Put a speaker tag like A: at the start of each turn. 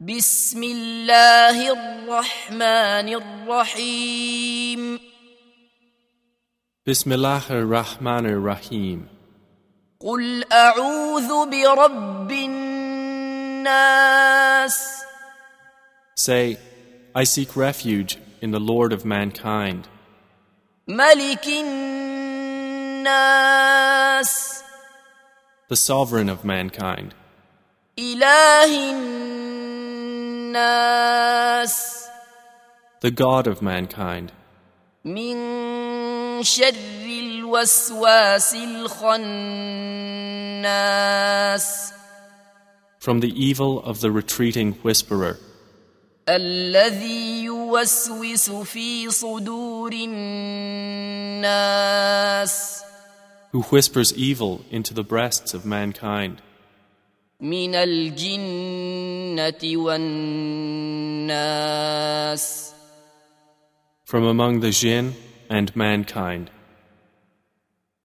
A: بسم الله الرحمن الرحيم
B: Bismillah ar-Rahman ar-Rahim.
A: قل أعوذ برب الناس
B: Say, I seek refuge in the Lord of mankind,
A: ملك الناس
B: the sovereign of mankind,
A: إله الناس
B: the God of mankind,
A: من شر الوسواس الخناس
B: from the evil of the retreating whisperer,
A: الذي يوسوس في صدور الناس
B: who whispers evil into the breasts of mankind,
A: من الجنة والناس
B: from among the jinn and mankind.